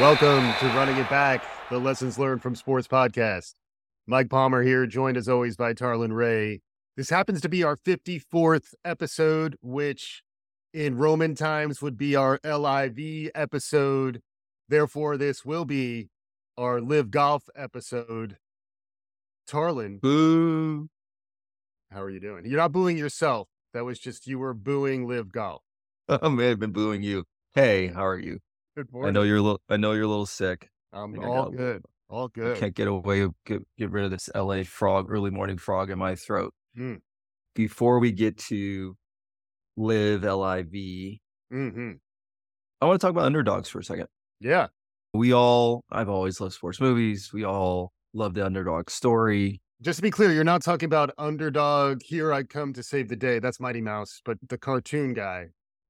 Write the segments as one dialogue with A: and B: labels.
A: Welcome to Running It Back, the Lessons Learned from Sports podcast. Mike Palmer here, joined as always by Tarlin Ray. This happens to be our 54th episode, which in Roman times would be our LIV episode. Therefore, this will be our Live Golf episode. Tarlin,
B: Boo.
A: how are you doing? You're not booing yourself. That was just you were booing Live Golf.
B: I may have been booing you. Hey, how are you?
A: Good
B: I
A: morning.
B: know you're a little. I know you're a little sick.
A: I'm
B: I
A: all
B: got-
A: good. All
B: I
A: good.
B: can't get away. Get get rid of this L.A. frog, early morning frog in my throat.
A: Hmm.
B: Before we get to live L.I.V.,
A: hmm
B: I want to talk about underdogs for a second.
A: Yeah.
B: We all. I've always loved sports movies. We all love the underdog story.
A: Just to be clear, you're not talking about underdog. Here I come to save the day. That's Mighty Mouse, but the cartoon guy.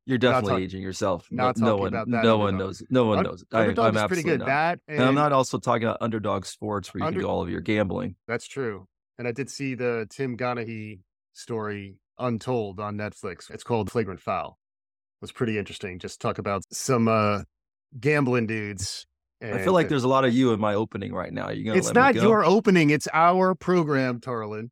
B: You're
A: Not
B: definitely
A: talk-
B: aging yourself.
A: not
B: no, no
A: talking
B: one.
A: about that
B: no one
A: underdog.
B: knows. No one
A: Un-
B: knows. I,
A: Underdog
B: I'm
A: is pretty
B: absolutely
A: good.
B: not.
A: That and,
B: And I'm not also talking about underdog sports where you
A: Under-
B: can do all of your gambling.
A: That's true. And I did see the Tim Gonahy story Untold on Netflix. It's called Flagrant Foul. It was pretty interesting. Just talk about some uh gambling dudes.
B: I
A: and-
B: feel like there's a lot of you in my opening right now. You gonna
A: It's
B: let
A: not
B: me go?
A: your opening. It's our program, Tarlin.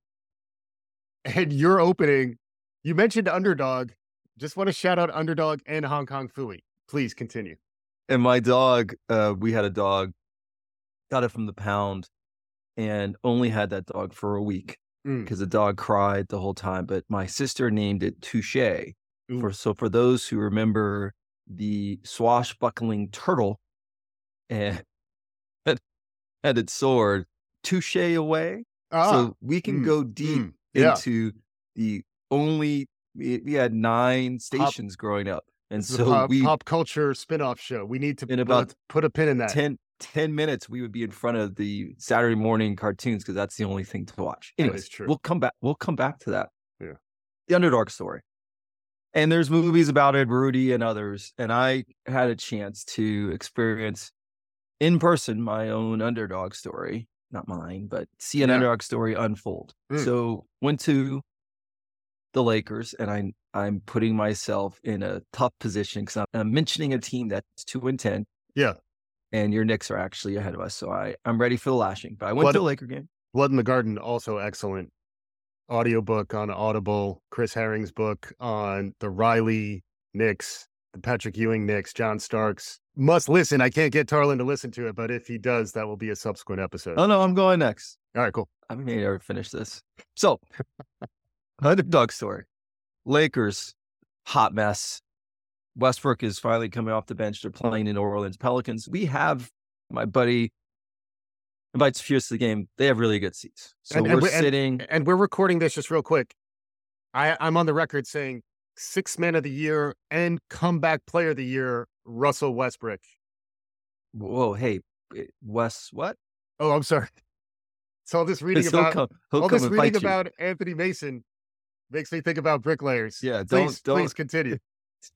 A: And your opening, you mentioned underdog. Just want to shout out underdog and Hong Kong Fooey. Please continue.
B: and my dog. Uh, we had a dog, got it from the pound, and only had that dog for a week
A: Mm.
B: because the dog cried the whole time. But my sister named it Touche.
A: Ooh.
B: For so for those who remember the swashbuckling turtle, and had, had its sword, Touche away. so we can
A: mm,
B: go deep
A: mm, yeah.
B: into the only we, we had nine stations growing up and
A: This is
B: so
A: a pop,
B: we
A: pop culture spin-off show. We need to
B: In
A: put,
B: about
A: put a pin in that.
B: 10 10 minutes we would be in front of the saturday morning cartoons because that's the only thing to watch
A: That is
B: anyways
A: true.
B: we'll come back we'll come back to that
A: Yeah.
B: the underdog story and there's movies about it rudy and others and i had a chance to experience in person my own underdog story not mine but see an
A: Yeah.
B: underdog story unfold
A: Mm.
B: so went to the lakers and i i'm putting myself in a tough position because I'm mentioning a team that's two and ten
A: Yeah.
B: and your Knicks are actually ahead of us. So I, I'm ready for the lashing. But I went
A: But-
B: to a Laker game.
A: Blood in the Garden, also excellent. Audiobook on Audible, Chris Herring's book on the Riley Knicks, the Patrick Ewing Knicks, John Starks. Must listen. I can't get Tarlin to listen to it, but if he does, that will be a subsequent episode.
B: Oh no, I'm going next.
A: All right, cool.
B: I may never finish this. So underdog story. Lakers, hot mess. Westbrook is finally coming off the bench. They're playing the New Orleans Pelicans. We have my buddy invites Fierce to the game. They have really good seats. So
A: And-
B: we're
A: and we-
B: sitting.
A: And we're recording this just real quick. I, I'm on the record saying six man of the year and comeback player of the year, Russell Westbrook.
B: whoa, hey, it- Wes, what?
A: Oh, I'm sorry. So all this reading
B: He'll
A: about
B: come, he'll
A: all
B: come
A: this
B: and
A: reading
B: fight you.
A: about Anthony Mason makes me think about bricklayers.
B: Yeah, don't
A: please,
B: don't
A: please continue.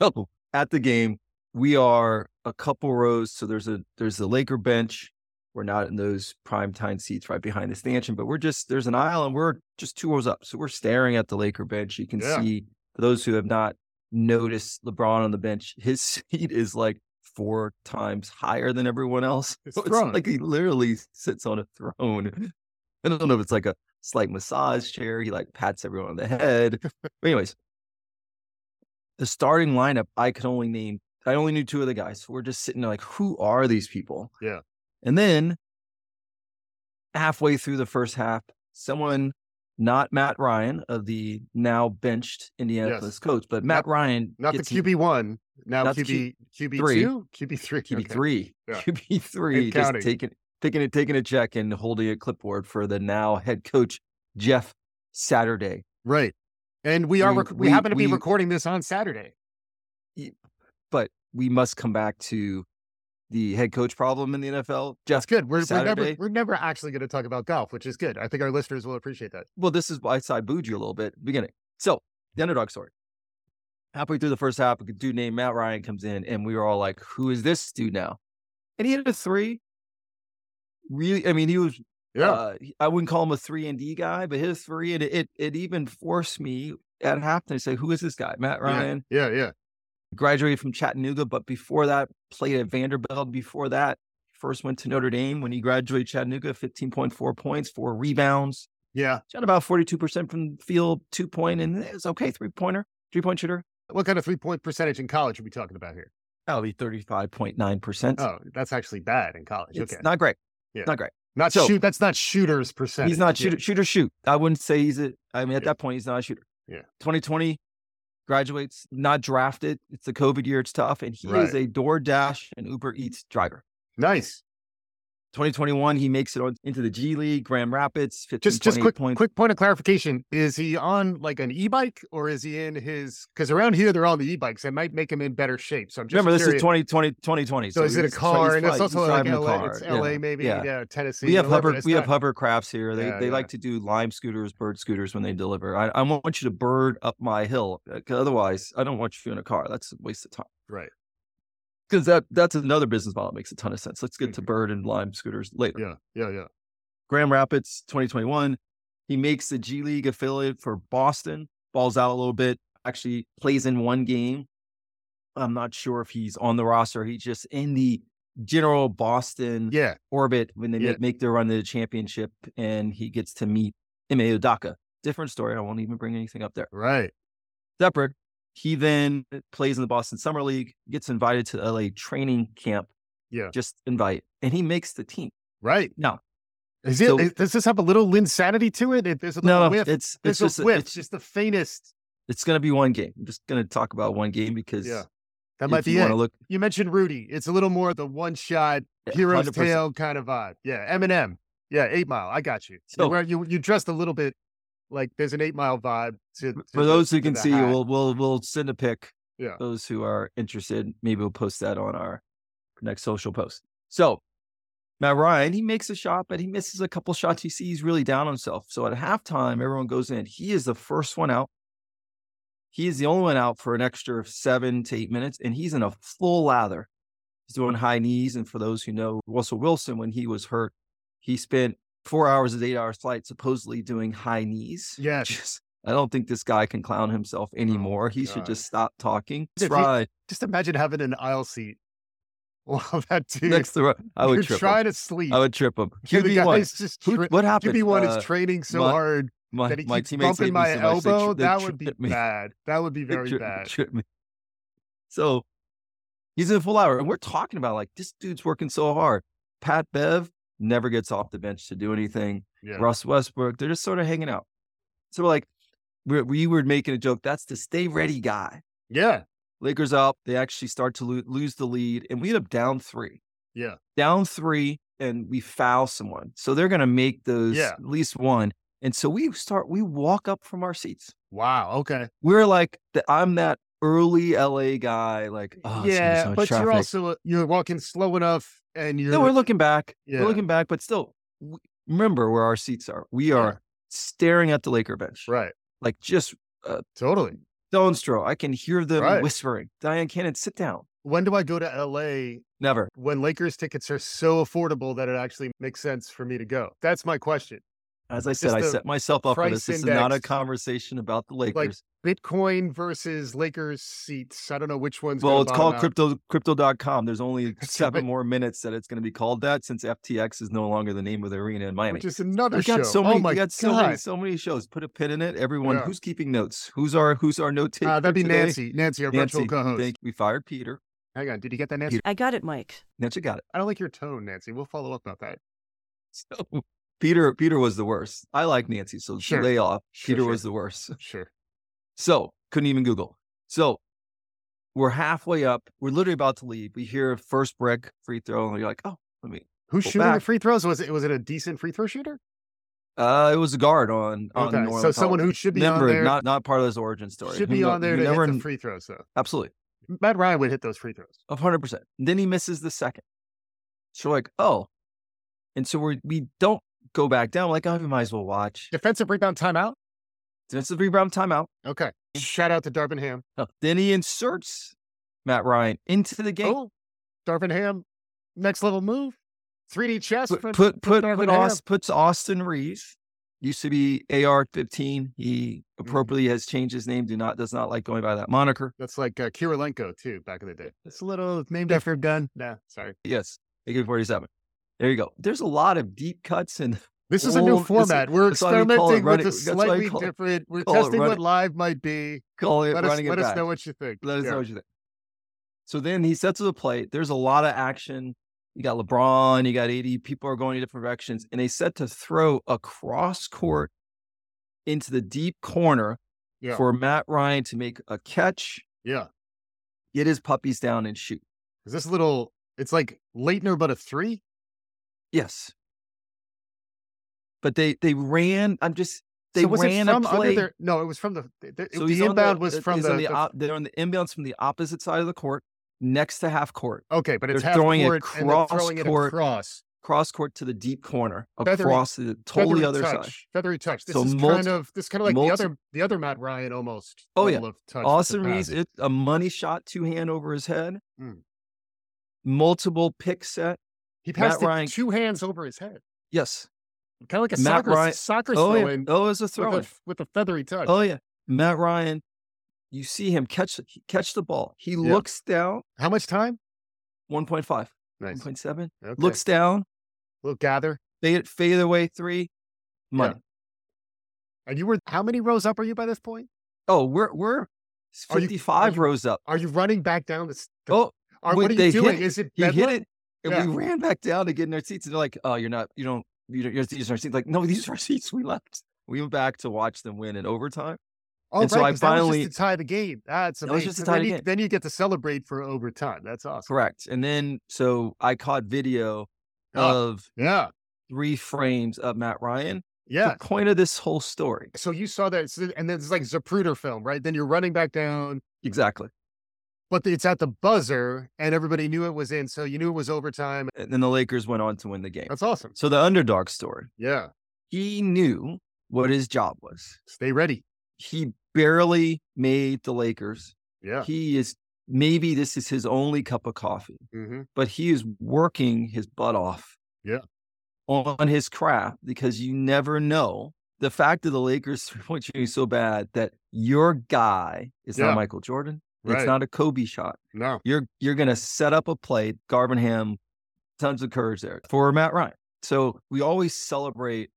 B: So at the game, we are a couple rows. So there's a there's the Laker bench. We're not in those prime time seats right behind the stanchion, but we're just there's an aisle and we're just two rows up. So we're staring at the Laker bench. You can
A: Yeah.
B: see for those who have not noticed LeBron on the bench, his seat is like four times higher than everyone else.
A: His
B: So it's
A: throne.
B: like he literally sits on a throne. I don't know if it's like a slight massage chair. He like pats everyone on the head. But anyways, the starting lineup, I could only name, I only knew two of the guys. So we're just sitting there like, who are these people?
A: Yeah.
B: And then halfway through the first half, someone, not Matt Ryan of the now benched Indianapolis coach, but Matt
A: Not-
B: Ryan,
A: Not the
B: gets in
A: QB one, now
B: Not the
A: QB
B: Q-
A: QB
B: three.
A: two, QB three,
B: QB
A: okay.
B: three,
A: Yeah.
B: QB three, just
A: counting.
B: taking taking it taking a check and holding a clipboard for the now head coach Jeff Saturday.
A: right? And we are
B: We-
A: rec- we,
B: we-
A: happen to be
B: we-
A: recording this on Saturday.
B: but we must come back to the head coach problem in the NFL.
A: That's
B: Jeff,
A: good. We're, we're never
B: Saturday.
A: we're never actually going to talk about golf, which is good. I think our listeners will appreciate that.
B: well, this is why I booed you a little bit at the beginning. So the underdog story. Halfway through the first half, a dude named Matt Ryan comes in, and we were all like, "Who is this dude now?" And he hit a three. Really, I mean, he was. Uh, he- I wouldn't call him a three and D guy, but his three, and it, it it even forced me at halftime to say, "Who is this guy?" Matt Ryan.
A: yeah, yeah, yeah.
B: graduated from Chattanooga, but before that, played at Vanderbilt. Before that, first went to Notre Dame when he graduated Chattanooga, 15.4 points, four rebounds.
A: Yeah.
B: Shot about 42% from field, two point, and it was okay, three pointer, three point shooter.
A: What kind of three point percentage in college are we talking about here?
B: That'll be 35.9%.
A: Oh, that's actually bad in college.
B: it's
A: okay.
B: not great.
A: Yeah.
B: Not great.
A: Not
B: so-
A: shoot. That's not shooters percentage.
B: He's not
A: Yeah.
B: shooter, shooter, shoot. I wouldn't say he's a, I mean, at
A: Yeah.
B: that point, he's not a shooter.
A: Yeah.
B: 2020 graduates, not drafted. It's the COVID year. It's tough. And he is a DoorDash and Uber Eats driver.
A: Nice.
B: 2021, he makes it on, into the G League, Grand Rapids. 15,
A: Just just quick
B: points.
A: quick point of clarification. Is he on like an e bike or is he in his? Because around here they're all the e bikes. That might make him in better shape. So I'm just
B: Remember, this is
A: curious.
B: 2020. 2020
A: So, is it a
B: he's-
A: car?
B: he's
A: And it's
B: probably- he's
A: also like
B: driving a
A: LA.
B: car,
A: It's
B: yeah.
A: LA, maybe
B: yeah.
A: yeah, Tennessee.
B: We have
A: whatever,
B: hover.
A: it's
B: We have
A: not-
B: hover crafts here. They
A: Yeah,
B: they
A: yeah.
B: like to do lime scooters, bird scooters when they deliver. I, I want you to bird up my hill. uh, 'cause Otherwise, I don't want you in a car. That's a waste of time.
A: Right.
B: Because that that's another business model that makes a ton of sense. Let's get to bird and lime scooters later.
A: Mm-hmm. Yeah, yeah, yeah.
B: Grand Rapids 2021. He makes the G League affiliate for Boston, balls out a little bit, actually plays in one game. I'm not sure if he's on the roster. He's just in the general Boston
A: Yeah.
B: orbit when they
A: Yeah.
B: make, make their run to the championship and he gets to meet Ime Odaka. Different story. I won't even bring anything up there.
A: Right.
B: Separate. He then plays in the Boston Summer League, gets invited to LA training camp.
A: Yeah.
B: Just invite. And he makes the team.
A: Right.
B: No.
A: Is it,
B: So-
A: is- does this have a little insanity to it? it there's a little
B: No,
A: whiff.
B: it's
A: There's
B: it's
A: a
B: just
A: whiff.
B: it's
A: just the faintest.
B: it's going to be one game. I'm just going to talk about one game because
A: Yeah.
B: if
A: That might
B: you
A: be it.
B: want to look
A: you mentioned Rudy. It's a little more the one shot
B: yeah,
A: hero's
B: 100%.
A: tale kind of vibe. Yeah. Eminem. Yeah. Eight Mile. I got you.
B: So-
A: Where you you dressed a little bit like there's an Eight Mile vibe. To, to
B: For those who
A: to
B: can
A: the
B: see,
A: hat.
B: we'll we'll we'll send a pic.
A: Yeah.
B: Those who are interested, maybe we'll post that on our next social post. So Matt Ryan, he makes a shot, but he misses a couple shots. You see, he's really down on himself. So at halftime, everyone goes in. He is the first one out. He is the only one out for an extra seven to eight minutes, and he's in a full lather. He's doing high knees. And for those who know Russell Wilson, when he was hurt, he spent four hours of eight hours flight supposedly doing high knees.
A: Yes.
B: Just- I don't think this guy can clown himself anymore. he should
A: Oh God.
B: just stop talking.
A: If he-
B: Try
A: Just imagine having an aisle seat. Wow, that dude.
B: next to I would
A: you're
B: trip
A: trying
B: him.
A: to sleep.
B: I would trip him.
A: Here the
B: QB one.
A: guy's just
B: Who,
A: tri-
B: what happened?
A: QB one
B: Uh,
A: is training so
B: my-
A: hard
B: my,
A: that he
B: my
A: keeps
B: teammates hate
A: bumping
B: me
A: my
B: so much, they tri-
A: elbow.
B: they
A: that would be
B: tripped me.
A: bad. That would be
B: They
A: very
B: tri- they
A: bad.
B: tripped me. So he's in a full hour, and we're talking about like this dude's working so hard. Pat Bev never gets off the bench to do anything.
A: Yeah.
B: Russ Westbrook, they're just sort of hanging out. So we're like, we we were making a joke. That's the stay ready guy.
A: yeah.
B: Lakers up. They actually start to lo- lose the lead, and we end up down three.
A: Yeah.
B: down three, and we foul someone. So they're going to make those
A: Yeah.
B: at least one. And so we start. We walk up from our seats.
A: Wow. Okay.
B: We're like, the, I'm that early LA guy. Like, oh, it's gonna be so
A: yeah,
B: much
A: but
B: traffic.
A: you're also you're walking slow enough, and you're
B: no. We're looking back.
A: Yeah.
B: We're looking back, but still, w remember where our seats are. We are staring at the Laker bench,
A: right.
B: like just
A: Totally.
B: stone's throw. I can hear them
A: Right.
B: whispering, "Diane Cannon, sit down."
A: When do I go to LA
B: Never.
A: when Lakers tickets are so affordable that it actually makes sense for me to go? That's my question.
B: As I said,
A: Just
B: I
A: the
B: set myself up for
A: price
B: this. This is not a
A: index.
B: conversation about the Lakers.
A: Bitcoin versus Lakers seats. I don't know which one's.
B: well,
A: gonna
B: it's called
A: bottom out.
B: crypto crypto.com. There's only
A: That's
B: seven
A: right.
B: more minutes that it's going to be called that since FTX is no longer the name of the arena in Miami.
A: which is another
B: we got
A: show.
B: so
A: oh
B: many,
A: my
B: we got so many,
A: god,
B: so many shows. Put a pin in it. Everyone,
A: Yeah.
B: who's keeping notes? Who's our who's our note taker?
A: uh, that'd be
B: today?
A: Nancy. Nancy, our virtual
B: Nancy,
A: co-host.
B: thank- we fired Peter.
A: Hang on, did you get that, Nancy?
C: I got it, Mike.
B: Nancy got it.
A: I don't like your tone, Nancy. We'll follow up about that.
B: So Peter Peter was the worst. I like Nancy, so she
A: Sure.
B: lay off.
A: Sure,
B: Peter
A: sure.
B: was the worst.
A: Sure.
B: So couldn't even Google. So we're halfway up. We're literally about to leave. We hear first break free throw, and you're like, oh, let me.
A: Who's
B: Well,
A: shooting the
B: back-
A: free throws? Was it was it a decent free throw shooter?
B: Uh, it was a guard on on
A: Okay,
B: New
A: so
B: Orleans
A: someone
B: Holiday.
A: who should be
B: Remember,
A: on there
B: not not part of this origin story.
A: should
B: Who
A: be
B: kno-
A: on there
B: you
A: to
B: never
A: hit the
B: kn-
A: free throws though.
B: absolutely
A: Matt Ryan would hit those free throws.
B: of hundred percent. Then he misses the second. So we're like, oh, and so we we don't go back down. We're like, oh, we might as well watch.
A: Defensive rebound timeout.
B: Defensive rebound timeout.
A: Okay. Shout out to Darvin Ham.
B: Oh, Then he inserts Matt Ryan into the game.
A: Oh, Darvin Ham, next level move. 3D chess.
B: put
A: for-
B: put put, put,
A: Darvin
B: Aus- puts Austin Reeves. Used to be AR fifteen. He
A: Mm-hmm.
B: appropriately has changed his name. Do not does not like going by that moniker.
A: That's like uh, Kirilenko too, back in the day. It's a little named after a gun. Nah, sorry.
B: Yes. Make it 47. There you go. There's a lot of deep cuts and
A: This is a new
B: Well, this is-
A: format. We're
B: that's why we call it
A: experimenting with
B: running-
A: a
B: that's why we
A: slightly
B: call it-
A: different. We're
B: call it
A: testing what
B: running-
A: live might be.
B: calling it
A: Let us
B: running
A: let
B: it
A: us
B: back.
A: know what you think.
B: Let us
A: Yeah.
B: know what you think. So then he sets to the plate. There's a lot of action. You got LeBron, you got AD. People are going in different directions, and they set to throw across court into the deep corner
A: Yeah.
B: for Matt Ryan to make a catch,
A: Yeah,
B: get his puppies down, and shoot.
A: is this little? It's like Leitner, but a three.
B: Yes, but they they ran. I'm just they
A: so was
B: ran
A: it from
B: a
A: under
B: play.
A: their- No, it was from the. the- the-
B: So he's
A: the
B: on
A: inbound was
B: it-
A: from
B: he's
A: the.
B: on
A: the-
B: op- they're on the inbounds from the opposite side of the court, next to half court,
A: okay, but it's
B: they're
A: half
B: throwing it
A: court and they're
B: cross
A: throwing it
B: court.
A: across.
B: cross court to the deep corner,
A: Feathery-
B: across the totally
A: Feathery
B: other
A: touch,
B: side.
A: Feathery touch. This
B: So
A: is kind
B: multi-
A: of this is kind of like
B: multi-
A: the other the other Matt Ryan almost.
B: Oh, yeah.
A: level of touch to
B: Austin
A: pass.
B: Reeves, it, a money shot, two hand over his head,
A: Mm.
B: multiple pick set.
A: He
B: Matt
A: passed it
B: Ryan-
A: two hands over his head,
B: Yes.
A: kind of like a
B: Matt
A: soccer
B: Ryan-
A: soccer
B: Oh, yeah.
A: throw-in
B: oh, it was a throw.
A: with, a, with a feathery touch.
B: Oh yeah, Matt Ryan. You see him catch the- he- catch the ball. He looks down.
A: How much time?
B: 1.5,
A: Nice.
B: 1.7.
A: Okay.
B: Looks down.
A: We'll gather.
B: Fade fade away three. Money.
A: And you were how many rows up are you by this point?
B: Oh, we're we're
A: Are you- are
B: 55
A: you-
B: rows up.
A: Are you running back down this? The,
B: Oh,
A: are,
B: wait,
A: what are
B: they hit
A: you doing?
B: it.
A: Is it
B: he hit
A: bedlam?
B: it, and we ran back down to get in our seats. And they're like, "Oh, you're not. You don't. You don't. You're, these are our seats." Like, no, these are our seats. We left. We went back to watch them win in overtime.
A: Oh,
B: And so
A: right,
B: I
A: 'cause that was just
B: finally-
A: to tie the game. That's
B: That
A: amazing.
B: was just to
A: So then
B: tie the
A: you-
B: game.
A: Then you get to celebrate for overtime. That's awesome.
B: Correct. And then so I caught video
A: Ah.
B: of
A: Yeah.
B: three frames of Matt Ryan.
A: Yeah.
B: The point of this whole story.
A: So you saw that, so- and then it's like Zapruder film, right? Then you're running back down,
B: Exactly.
A: but it's at the buzzer, and everybody knew it was in, so you knew it was overtime.
B: And then the Lakers went on to win the game.
A: That's awesome.
B: So the underdog story.
A: Yeah.
B: He knew what his job was.
A: Stay ready.
B: He barely made the Lakers.
A: Yeah.
B: He is maybe this is his only cup of coffee.
A: hmm
B: but he is working his butt off.
A: Yeah.
B: On his craft because you never know. The fact that the Lakers three point shooting is so bad that your guy is
A: Yeah.
B: not Michael Jordan.
A: Right.
B: It's not a Kobe shot.
A: No.
B: You're you're gonna set up a play, Garvin Ham, tons of courage there for Matt Ryan. So we always celebrate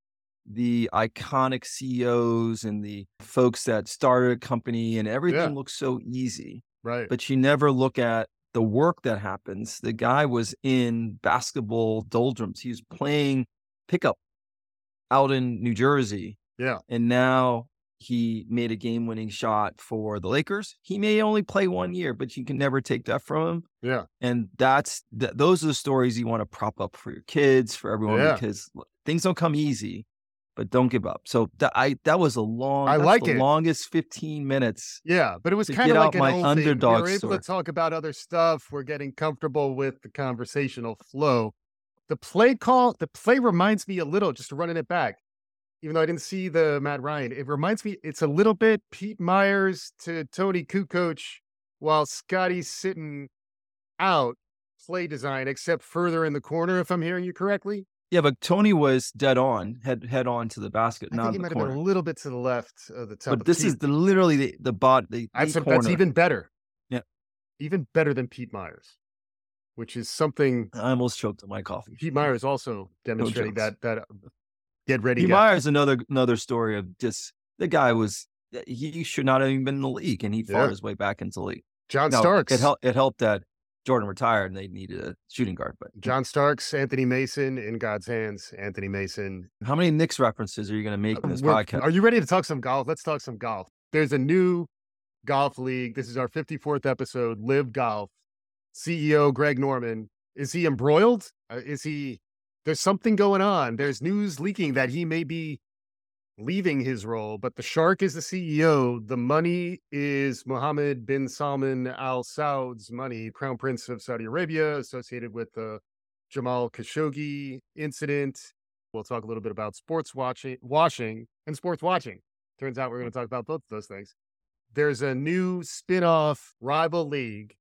B: the iconic CEOs and the folks that started a company and everything looks so easy
A: Right.
B: but you never look at the work that happens. The guy was in basketball doldrums. He was playing pickup out in New Jersey.
A: Yeah.
B: And now he made a game winning shot for the Lakers. He may only play one year, but you can never take that from him.
A: Yeah.
B: And that's th- those are the stories you want to prop up for your kids, for everyone,
A: Yeah.
B: because l- things don't come easy, but don't give up. So that I that was a long
A: I
B: that's
A: like
B: the
A: it.
B: longest 15 minutes
A: Yeah, but it was
B: to
A: kind
B: get
A: of like
B: out
A: an
B: my
A: old
B: underdog
A: thing. We were able
B: story.
A: to talk about other stuff. We're getting comfortable with the conversational flow. The play call, the play reminds me a little, just running it back, even though I didn't see the Matt Ryan. It reminds me, it's a little bit Pete Myers to Tony Kukoc while Scotty's sitting out play design, except further in the corner, if I'm hearing you correctly.
B: Yeah, but Tony was dead on, head head on to the basket,
A: I
B: not
A: think he
B: in the
A: might have been
B: corner.
A: a little bit to the left of the top.
B: But
A: of
B: this
A: Pete.
B: is the, literally the the bot the, the
A: That's,
B: corner.
A: that's even better.
B: Yeah.
A: Even better than Pete Myers, which is something
B: I almost choked on my coffee.
A: Pete Myers also demonstrating
B: jokes.
A: that that um, get ready.
B: Pete
A: guy.
B: Myers, another another story of just the guy was he should not have even been in the league, and he fought
A: Yeah.
B: his way back into the league.
A: John
B: Now,
A: Starks.
B: It helped. It helped that Jordan retired and they needed a shooting guard. But
A: John Starks, Anthony Mason in God's hands. Anthony Mason.
B: how many Knicks references are you going to make in this
A: Uh, We're-
B: podcast?
A: Are you ready to talk some golf? Let's talk some golf. There's a new golf league. This is our 54th episode. Live Golf. CEO Greg Norman. Is he embroiled? Uh, is he? There's something going on. There's news leaking that he may be leaving his role, but the shark is the CEO. The money is Mohammed bin Salman Al Saud's money, Crown Prince of Saudi Arabia, associated with the Jamal Khashoggi incident. We'll talk a little bit about sports watching, washing, and sports watching. Turns out we're
B: Mm.
A: going to talk about both of those things. There's a new spin-off rival league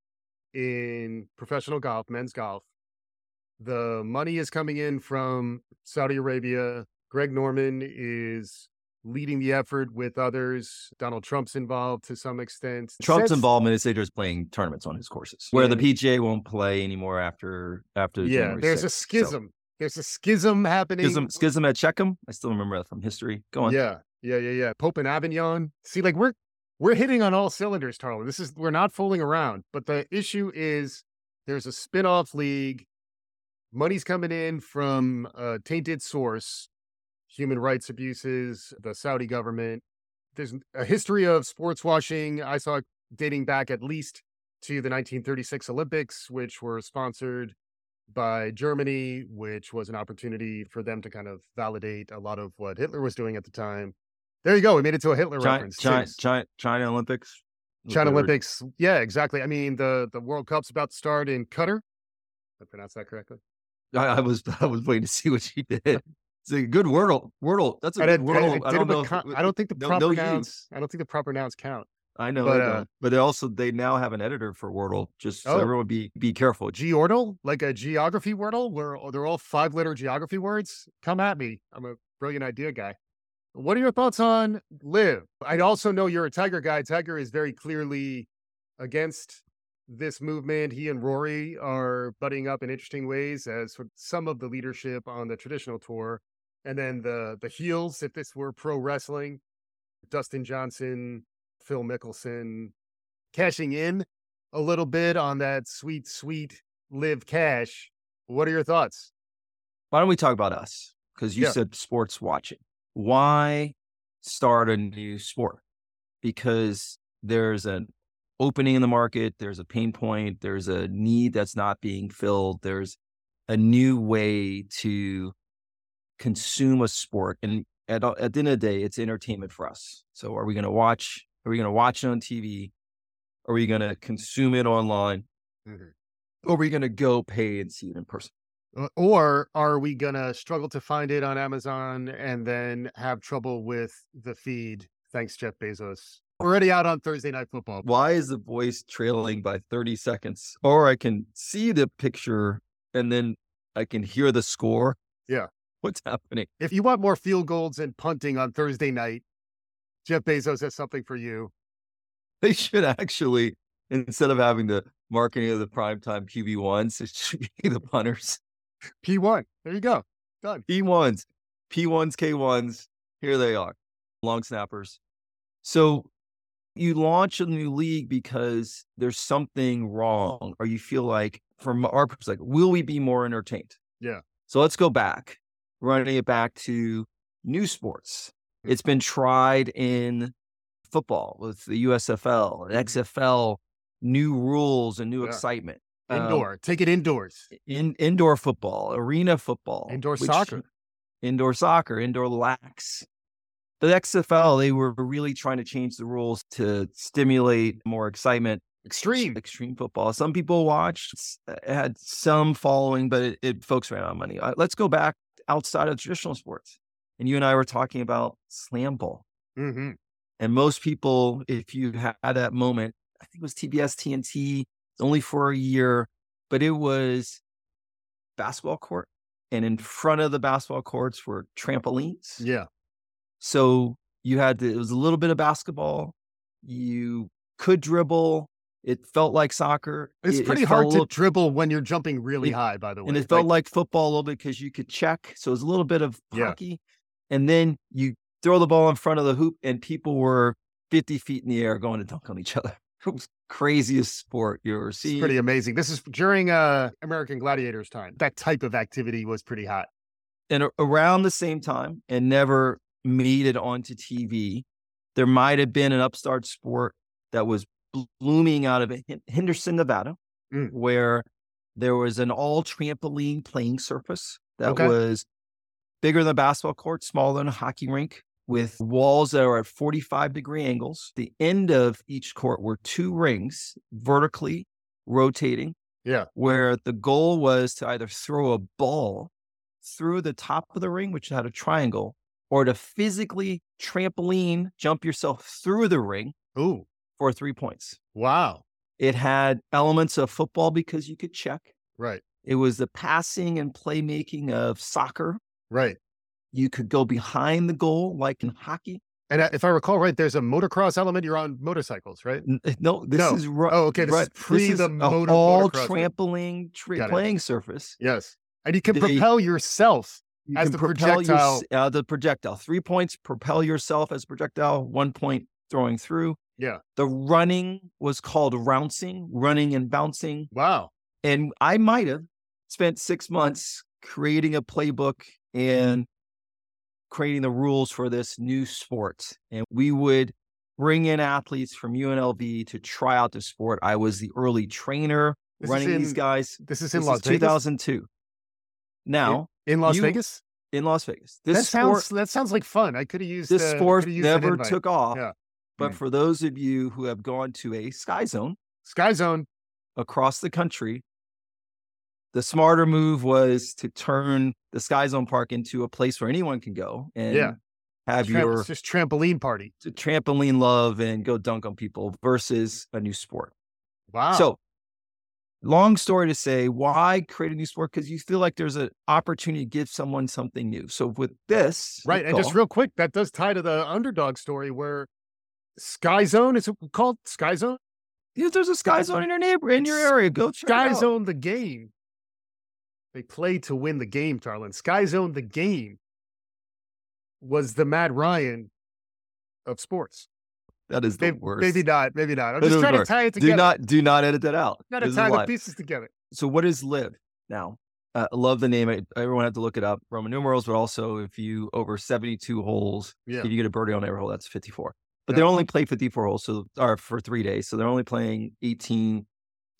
A: in professional golf, men's golf. The money is coming in from Saudi Arabia. Greg Norman is leading the effort with others. Donald Trump's involved to some extent.
B: Trump's
A: Since-
B: involvement is they're just playing tournaments on his courses where the PGA won't play anymore after after.
A: Yeah,
B: January
A: there's a
B: 6th. So,
A: schism. There's a schism happening.
B: schism, schism at Checkham. I still remember that from history. Go on.
A: Yeah, yeah, yeah, yeah. Pope and Avignon. See, like we're we're hitting on all cylinders, Tarlin. This is we're not fooling around. But the issue is there's a spin-off league. Money's coming in from a tainted source, human rights abuses, the Saudi government. There's a history of sports washing. I saw it dating back at least to the 1936 Olympics, which were sponsored by Germany, which was an opportunity for them to kind of validate a lot of what Hitler was doing at the time. There you go. We made it to a Hitler
B: China,
A: reference.
B: China,
A: too.
B: China, China Olympics.
A: China
B: Whatever.
A: Olympics. Yeah, exactly. I mean, the, the World Cup's about to start in Qatar. Did I pronounce that correctly?
B: I, I was I was waiting to see what she did. It's a good wordle. Wordle. That's a
A: And
B: good
A: it- and it
B: wordle. I
A: did
B: don't
A: with
B: know. if-
A: con- I don't think the
B: no-
A: proper
B: no
A: nouns. I don't think the proper nouns count.
B: I know,
A: But,
B: but,
A: uh,
B: but they also they now have an editor for Wordle. Just
A: Oh.
B: so everyone be be careful. G-
A: Geordle, like a geography wordle, where all- they're all five letter geography words. Come at me. I'm a brilliant idea guy. What are your thoughts on live? I also know you're a Tiger guy. Tiger is very clearly against this movement. He and Rory are butting up in interesting ways as for some of the leadership on the traditional tour. And then the the heels, if this were pro wrestling, Dustin Johnson, Phil Mickelson, cashing in a little bit on that sweet, sweet live cash. What are your thoughts?
B: Why don't we talk about us? Because you
A: Yeah.
B: said sports watching. Why start a new sport? Because there's an opening in the market. There's a pain point. There's a need that's not being filled. There's a new way to consume a sport and at, all- at the end of the day it's entertainment for us so are we going to watch are we going to watch it on tv are we going to consume it online Mm-hmm. or are we going to go pay and see it in person
A: Uh, Or are we going to struggle to find it on Amazon and then have trouble with the feed? Thanks, Jeff Bezos. Already out on Thursday Night Football.
B: why is the voice trailing by 30 seconds or i can see the picture and then i can hear the score
A: Yeah.
B: what's happening
A: If you want more field goals and punting on Thursday night, Jeff Bezos has something for you.
B: they should actually instead of having the marketing of the primetime qb1s it should be the punters
A: P1. There you go.
B: P1s, P1s, K1s. Here they are, long snappers. So you launch a new league because there's something wrong, or you feel like, from our perspective, will we be more entertained?
A: Yeah.
B: So let's go back, running it back to new sports. It's been tried in football with the USFL and XFL, new rules and new
A: Yeah.
B: excitement. Um,
A: Indoor. Take it indoors.
B: in indoor football, arena football,
A: Indoor soccer.
B: indoor soccer, indoor lax. The XFL, they were really trying to change the rules to stimulate more excitement.
A: Extreme.
B: Extreme football. Some people watched, s- it had some following, but it, it folks ran out of money. Uh, Let's go back outside of traditional sports. And you and I were talking about slam ball.
A: Mm-hmm.
B: And most people, if you had that moment, I think it was TBS TNT, only for a year, but it was basketball court. And in front of the basketball courts were trampolines.
A: Yeah.
B: So you had to, it was a little bit of basketball. You could dribble. It felt like soccer.
A: It's
B: It- it
A: pretty
B: felt
A: hard
B: a
A: to
B: little-
A: dribble when you're jumping really
B: It-
A: high, by the way.
B: and it felt like, football a little bit because you could check. So it was a little bit of
A: Yeah.
B: hockey. And then you throw the ball in front of the hoop, and people were 50 feet in the air going to dunk on each other. It was craziest sport you ever
A: It's
B: seen.
A: pretty amazing. This is during uh, American Gladiators time. That type of activity was pretty hot.
B: and a- around the same time and never made it onto TV. There might have been an upstart sport that was blooming out of Hen- Henderson, Nevada,
A: Mm.
B: where there was an all trampoline playing surface that
A: Okay.
B: was bigger than a basketball court, smaller than a hockey rink, with walls that are at 45 degree angles. The end of each court were two rings vertically rotating.
A: Yeah.
B: Where the goal was to either throw a ball through the top of the ring, which had a triangle, or to physically trampoline jump yourself through the ring
A: Ooh,
B: for three points.
A: wow.
B: It had elements of football because you could check.
A: Right,
B: It was the passing and playmaking of soccer.
A: right.
B: You could go behind the goal, like in hockey.
A: And uh, if I recall right, there's a motocross element. You're on motorcycles, right?
B: N- eh, No, this
A: No.
B: is ru-
A: Oh, okay. This
B: right.
A: is pre the
B: a
A: motor,
B: all
A: motocross.
B: trampling tra-
A: Got it.
B: playing surface.
A: Yes, and you can
B: They-
A: propel yourself.
B: You
A: As
B: can
A: the
B: propel your-
A: projectile.
B: uh, the projectile. Three points, propel yourself as projectile. One point throwing through.
A: Yeah.
B: The running was called rouncing, running and bouncing.
A: Wow.
B: And I might have spent six months creating a playbook and creating the rules for this new sport. And we would bring in athletes from UNLV to try out the sport. I was the early trainer
A: This is
B: running these
A: in-
B: guys.
A: This is in
B: This is
A: Las Vegas.
B: 2002. Now
A: In Las
B: You-
A: Vegas.
B: in Las Vegas, this
A: that
B: sport,
A: sounds that sounds like fun. I could have used
B: this
A: uh,
B: sport
A: coulda used that
B: never
A: invite.
B: took off.
A: Yeah.
B: But
A: Mm.
B: for those of you who have gone to a sky zone
A: Sky Zone.
B: across the country, the smarter move was to turn the Sky Zone Park into a place where anyone can go and
A: Yeah.
B: have
A: Tram-
B: your
A: it's just trampoline party.
B: trampoline love and go dunk on people versus a new sport.
A: Wow.
B: So, long story to say, why create a new sport? Because you feel like there's an opportunity to give someone something new. So, with this,
A: right, and just
B: Nicole,
A: real quick, that does tie to the underdog story where Sky Zone is it called Sky Zone.
B: if there's a Sky Zone in your neighbor, in your area, go check it
A: Sky
B: out.
A: Zone the game. They play to win the game, Tarlin. Sky Zone the game was the Mad Ryan of sports.
B: That is the
A: May-
B: worst.
A: Maybe not. Maybe not. I'm
B: That
A: just
B: is
A: trying to
B: worse.
A: tie it
B: do
A: together.
B: not do not edit that out.
A: Trying to
B: This is
A: tie the
B: live.
A: pieces together.
B: So what is live now? Uh, I love the name. I- Everyone had to look it up. Roman numerals, but also if you over seventy-two holes,
A: Yeah.
B: if you get a birdie on every hole, that's fifty-four. But
A: Yeah.
B: they only play fifty-four holes, so or for three days. So they're only playing 18,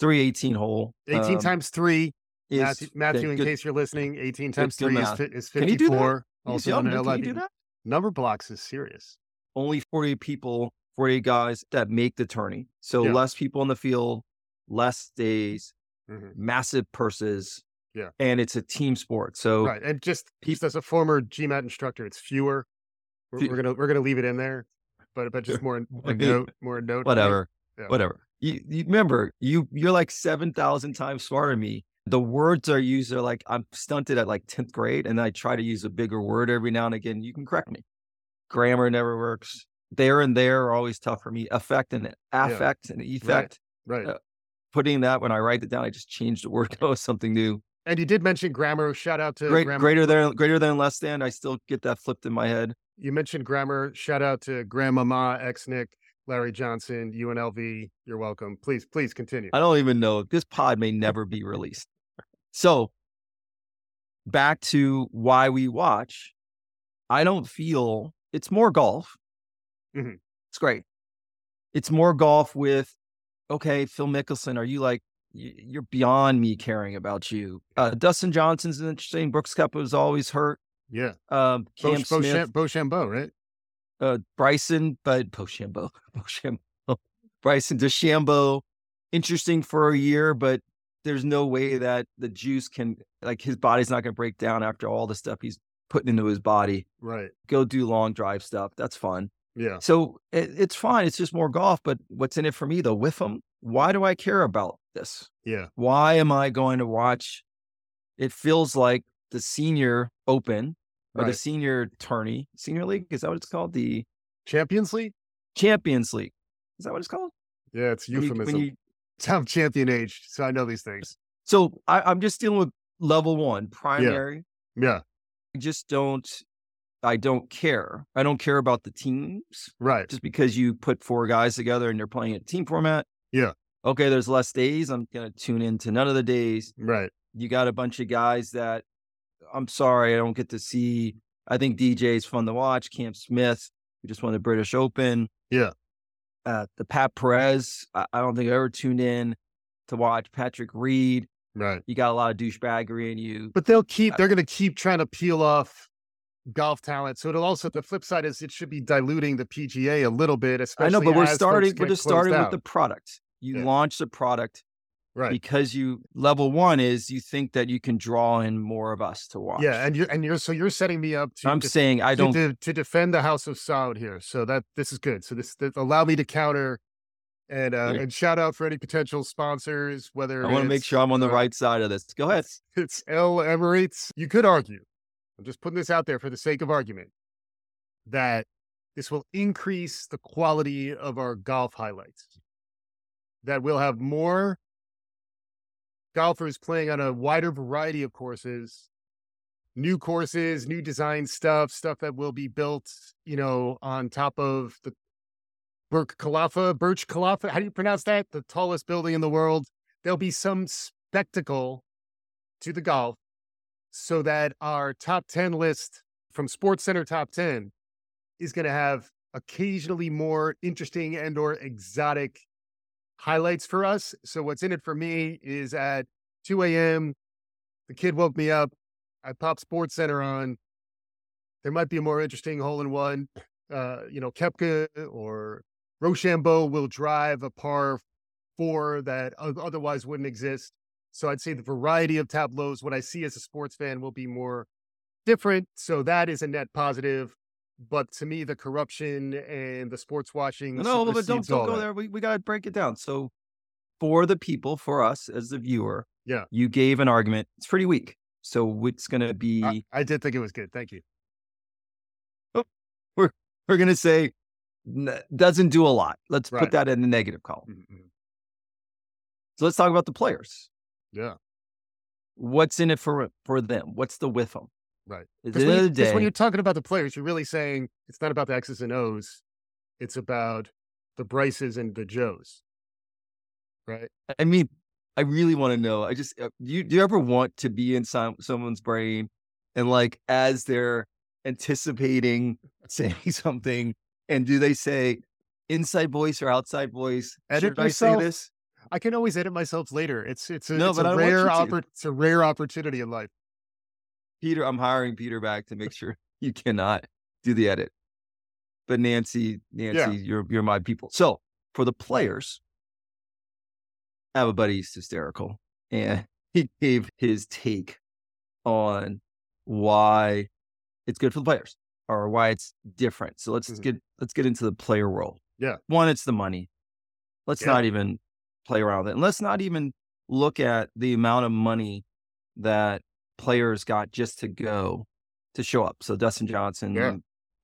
B: three 18 hole.
A: 18
B: um,
A: times three.
B: is-
A: Matthew, Matthew in
B: good-
A: case you're listening, 18 times
B: good
A: 3 is,
B: math.
A: fi- is
B: Can you do that?
A: 54.
B: you
A: Also,
B: don't
A: known
B: know,
A: as
B: can you do
A: 11.
B: that?
A: number blocks is serious.
B: Only forty people, forty guys that make the tourney. So
A: Yeah.
B: less people in the field, less days,
A: Mhm.
B: massive purses.
A: Yeah.
B: and it's a team sport. So
A: Right. And just,
B: Pe-
A: just as a former GMAT instructor, it's fewer. We're,
B: Fe-
A: we're gonna we're gonna leave it in there, but but just more a
B: Okay.
A: note, more a note.
B: whatever,
A: Yeah.
B: whatever. You, you remember, you you're like seven thousand times smarter than me. The words I use are like I'm stunted at like tenth grade, and I try to use a bigger word every now and again. You can correct me. Grammar never works. There and there are always tough for me. Affect and affect and effect.
A: Right.
B: Uh, Putting that when I write it down, I just change the word, go with something new.
A: and you did mention grammar. Shout out to
B: Great,
A: grammar.
B: greater than, greater than, less than. I still get that flipped in my head.
A: You mentioned grammar. Shout out to Grandmama, ex Nick, Larry Johnson, UNLV. You're welcome. Please, please continue.
B: I don't even know. This pod may never be released. So, back to why we watch. I don't feel it's more golf.
A: Mhm.
B: It's great. It's more golf with, okay, Phil Mickelson, are you like, y- you're beyond me caring about you? Uh, Dustin Johnson's interesting. Brooks Cup was always hurt.
A: yeah.
B: Um,
A: Bo,
B: Cam
A: Bo-
B: Smith,
A: Beauchambeau, right?
B: uh, Bryson, but Pochambo, Pochambo, Bryson DeChambeau, interesting for a year, but there's no way that the juice can like his body's not going to break down after all the stuff he's putting into his body.
A: Right.
B: Go do long drive stuff. That's fun.
A: Yeah.
B: So it, it's fine. It's just more golf. But what's in it for me though? With him, why do I care about this?
A: Yeah.
B: Why am I going to watch? It feels like the senior open or
A: Right.
B: the senior tourney, senior league. Is that what it's called? The
A: Champions League.
B: Champions League. Is that what it's called?
A: Yeah, it's
B: When you- when
A: euphemism.
B: you-
A: I'm champion age, so I know these things.
B: so I, I'm just dealing with level one, primary.
A: Yeah,
B: I just don't. I don't care. I don't care about the teams.
A: right.
B: Just because you put four guys together and you're playing a team format.
A: Yeah.
B: Okay, there's less days. I'm gonna tune into none of the days.
A: Right.
B: You got a bunch of guys that I'm sorry I don't get to see. I think DJ's fun to watch. Camp Smith, who just won the British Open.
A: Yeah.
B: Uh, the Pat Perez, I, I don't think I ever tuned in to watch Patrick Reed.
A: Right.
B: You got a lot of douchebaggery in you.
A: But they'll
B: Uh,
A: keep they're gonna keep trying to peel off golf talent. So it'll also the flip side is it should be diluting the PGA a little bit,
B: I
A: especially.
B: know, but we're
A: as folks
B: starting. We're
A: get
B: just
A: closed
B: starting with
A: out.
B: the product. You
A: Yeah.
B: launch the product
A: right.
B: because you level one is you think that you can draw in more of us to watch.
A: Yeah, and you're and you're so you're setting me up to
B: I'm
A: def-
B: saying I
A: to,
B: don't.
A: de- to defend the House of Saud here. So that this is good. So this, that allow me to counter and uh,
B: Yeah.
A: and shout out for any potential sponsors, whether
B: I want to make
A: it's-
B: sure I'm on the
A: uh,
B: right side of this. Go ahead.
A: it's El Emirates. You could argue I'm just putting this out there for the sake of argument that this will increase the quality of our golf highlights. That we'll have more golfers playing on a wider variety of courses, new courses, new design stuff, stuff that will be built, you know, on top of the Burj Khalifa, Burj Khalifa. How do you pronounce that? The tallest building in the world. There'll be some spectacle to the golf so that our top 10 list from Sports Center top 10 is going to have occasionally more interesting and or exotic highlights for us. So what's in it for me is at 2 a.m. The kid woke me up. I popped Sports Center on. There might be a more interesting hole in one. Uh, you know, Kepka or Rochambeau will drive a par four that otherwise wouldn't exist. So I'd say the variety of tableaus, what I see as a sports fan, will be more different. So that is a net positive but to me, the corruption and the sports washing.
B: No, but don't, don't go there. We, we got to break it down. So, for the people, for us as the viewer,
A: Yeah. Uh,
B: you gave an argument. It's pretty weak. So it's going to be
A: I, I did think it was good. Thank you.
B: we're going to say n- doesn't do a lot. Let's
A: Right.
B: put that in the negative column.
A: Mm,
B: So let's talk about the players.
A: Yeah.
B: What's in it for for them? What's the with them?
A: Right.
B: At the
A: Because
B: end
A: when,
B: of
A: you-
B: the
A: 'cause when
B: day,
A: you're talking about the players, you're really saying it's not about the X's and O's. It's about the Bryces and the Joes. Right.
B: I mean, I really want to know. I just uh, you do you ever want to be in some, someone's brain and like as they're anticipating saying something, and do they say inside voice or outside voice?
A: Edit
B: Should I say
A: yourself.
B: this?
A: I can always edit myself later. It's it's a,
B: No,
A: it's
B: but I
A: a
B: don't want
A: rare
B: you to.
A: oppor- it's a rare opportunity in life.
B: Peter, I'm hiring Peter back to make sure you cannot do the edit. But Nancy, Nancy, you're you're my people. So for the players, everybody's hysterical, and he gave his take on why it's good for the players or why it's different. So let's
A: Mhm.
B: get let's get into the player world.
A: Yeah.
B: one, it's the money. Let's
A: Yeah.
B: not even play around with it, and let's not even look at the amount of money that players got just to go to show up. So Dustin Johnson,
A: Yeah.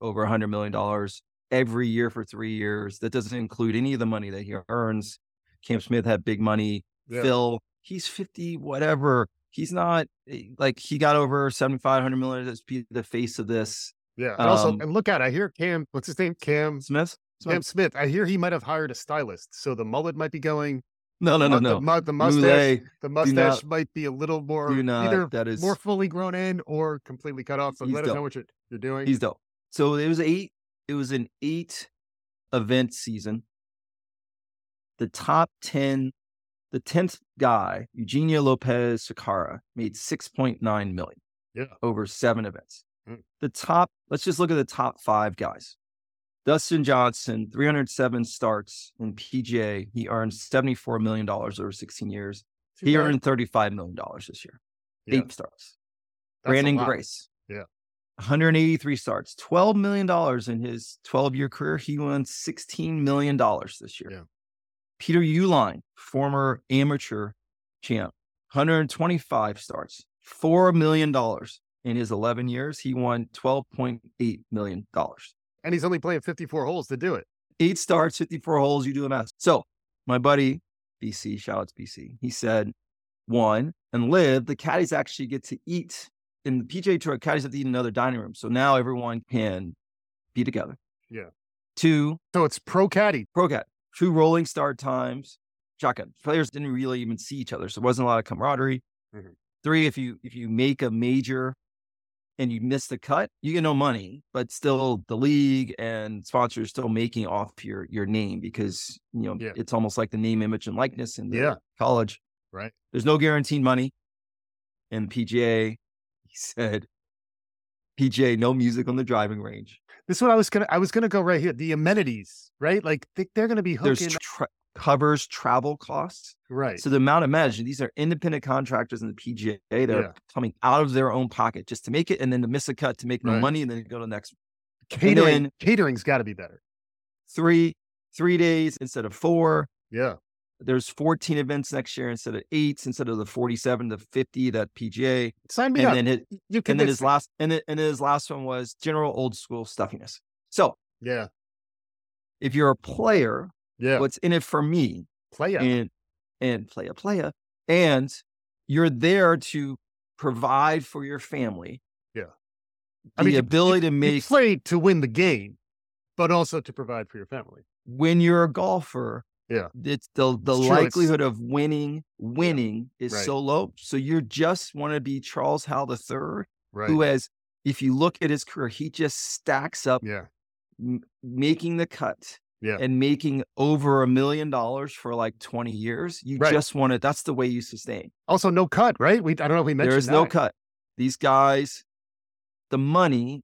B: over a hundred million dollars every year for three years. That doesn't include any of the money that he earns. Cam Smith had big money.
A: Yeah.
B: Phil, he's fifty whatever. He's not eh, like he got over 75, 100 million to be the face of this.
A: Yeah. And also,
B: Um,
A: and look out! I hear Cam. What's his name? Cam.
B: Smith? Smith?
A: Cam Smith. I hear he might have hired a stylist, so the mullet might be going.
B: No, no, no,
A: Mu-
B: no.
A: The, mu- the mustache,
B: Moulet,
A: the mustache
B: not-
A: might be a little more
B: do
A: either
B: not. That is
A: more fully grown in or completely cut off. So
B: He's
A: let us
B: dope.
A: know what you're, you're doing.
B: He's dope. So it was eight. It was an eight event season. The top ten, the tenth guy, Eugenio Lopez Sakara, made six point nine million.
A: Yeah.
B: over seven events.
A: Mm.
B: The top. Let's just look at the top five guys. Dustin Johnson, 307 starts in PGA. He earned $74 million over 16 years.
A: Too
B: He
A: bad.
B: earned $35 million this year.
A: Yeah,
B: Eight starts.
A: that's a
B: Brandon
A: lot.
B: Grace.
A: Yeah.
B: 183 starts, $12 million in his 12 year career. He won $16 million this year.
A: Yeah.
B: Peter Uline, former amateur champ, 125 starts, $4 million in his 11 years. He won $12.8 million.
A: And he's only playing 54 holes to do it.
B: Eight starts, 54 holes. You do the math. So, my buddy, BC, shout out to BC, he said, one, and live, the caddies actually get to eat in the PJ Tour. Caddies have to eat in another dining room. So now everyone can be together.
A: Yeah.
B: Two,
A: So it's pro caddy.
B: pro cat, two rolling start times, shotgun. Players didn't really even see each other. So it wasn't a lot of camaraderie.
A: Mhm.
B: Three, if you if you make a major and you miss the cut, you get no money, but still the league and sponsors still making off your your name because you know
A: Yeah.
B: it's almost like the name, image, and likeness in the
A: Yeah.
B: college.
A: Right.
B: There's no guaranteed money. And PGA, he said, PGA, no music on the driving range.
A: This is what I was gonna I was gonna go right here. The amenities, right? Like they, they're gonna be
B: There's
A: hooking
B: tra- covers travel costs.
A: right.
B: So the amount of imagine these are independent contractors in the PGA that
A: Yeah.
B: are coming out of their own pocket just to make it, and then to miss a cut to make no
A: Right.
B: money, and then go to the next
A: Catering
B: then-
A: catering's gotta be better.
B: three three days instead of four.
A: Yeah.
B: There's 14 events next year instead of eight, instead of the 47 to 50 that PGA.
A: Sign me
B: And
A: up.
B: then his,
A: you can.
B: and then his last and then, and then his last one was general old school stuffiness. So
A: yeah,
B: if you're a player,
A: yeah.
B: what's in it for me
A: Play up.
B: and and playa playa and you're there to provide for your family
A: Yeah.
B: the
A: I mean, you-
B: ability to
A: You
B: make
A: play to win the game, but also to provide for your family.
B: when you're a golfer
A: Yeah.
B: it's the the
A: It's true, it's-
B: likelihood of winning winning is
A: Right.
B: so low so you just want to be charles howell iii
A: Right.
B: who has if you look at his career he just stacks up
A: yeah.
B: m- making the cut
A: Yeah.
B: and making over a million dollars for like 20 years you
A: Right.
B: just want to that's the way you sustain
A: Also, no cut. Right. We. I don't know if we mentioned.
B: There is no
A: that.
B: cut. These guys, the money,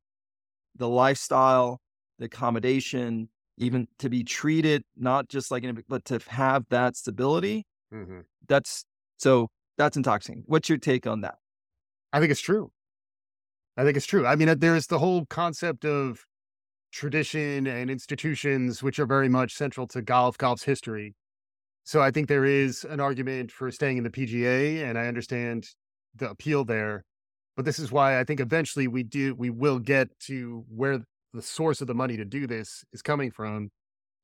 B: the lifestyle, the accommodation, even to be treated not just like anybody, but to have that stability.
A: Mhm.
B: That's so that's intoxicating. What's your take on that?
A: I think it's true. I think it's true. I mean, there's the whole concept of tradition and institutions, which are very much central to golf, golf's history. So I think there is an argument for staying in the PGA, and I understand the appeal there. But this is why I think eventually we do we will get to where the source of the money to do this is coming from,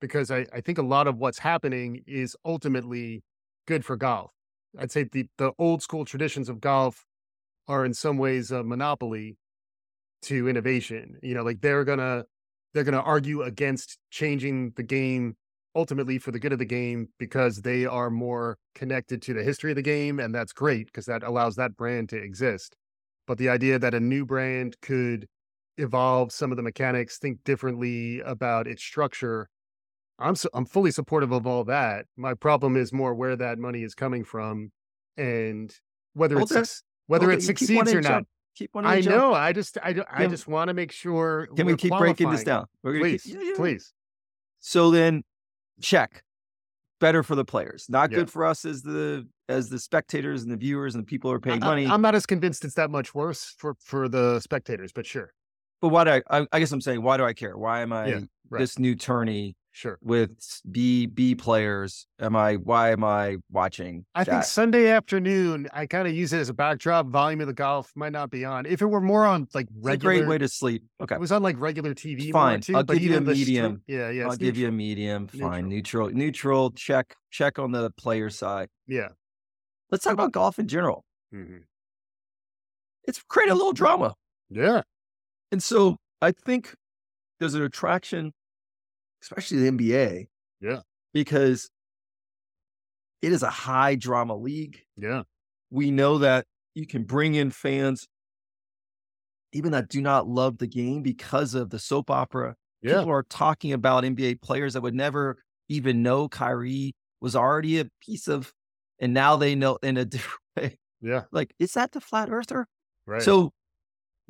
A: because I, I think a lot of what's happening is ultimately good for golf. I'd say the the old school traditions of golf are in some ways a monopoly to innovation. You know, like they're gonna they're gonna argue against changing the game ultimately for the good of the game because they are more connected to the history of the game, and that's great because that allows that brand to exist. But the idea that a new brand could evolve some of the mechanics, think differently about its structure. I'm su- I'm fully supportive of all that. My problem is more where that money is coming from, and whether
B: Well,
A: it's
B: that's-
A: whether
B: Hold
A: it
B: you keep
A: succeeds
B: wanting
A: or
B: to
A: not.
B: jump. Keep one.
A: I know. I just, I, don't- I
B: Can-
A: just want to make sure.
B: Can we
A: we're
B: keep breaking this
A: qualifying.
B: down? We're gonna
A: Please,
B: keep, yeah, yeah.
A: please.
B: So then, check. Better for the players. Not
A: Yeah.
B: good for us as the as the spectators and the viewers and the people who are paying
A: I-
B: money.
A: I, am not as convinced it's that much worse for for the spectators, but sure,
B: but why do I, I? I guess I'm saying why do I care? Why am I
A: right.
B: this new tourney?
A: sure.
B: with s- B B players. Am I? Why am I watching?
A: I think
B: that?
A: Sunday afternoon, I kind of use it as a backdrop. Volume of the golf might not be on. If it were more on like
B: it's
A: regular,
B: a great way to sleep. Okay,
A: it was on like regular TV. more,
B: Fine,
A: too,
B: I'll
A: but
B: give you
A: even
B: a
A: the stre-
B: medium.
A: yeah, yeah.
B: I'll
A: it's
B: give
A: neutral.
B: you a medium. Fine,
A: Neutral.
B: neutral, neutral. Check, check on the player side.
A: Yeah.
B: Let's talk about golf in general.
A: Mhm.
B: It's created a little drama,
A: Yeah.
B: and so I think there's an attraction, especially the NBA.
A: Yeah.
B: because it is a high drama league.
A: Yeah.
B: we know that you can bring in fans even that do not love the game because of the soap opera.
A: Yeah.
B: People are talking about NBA players that would never even know Kyrie was already a piece of, and now they know in a different way.
A: Yeah.
B: Like, is that the flat earther?
A: Right.
B: So,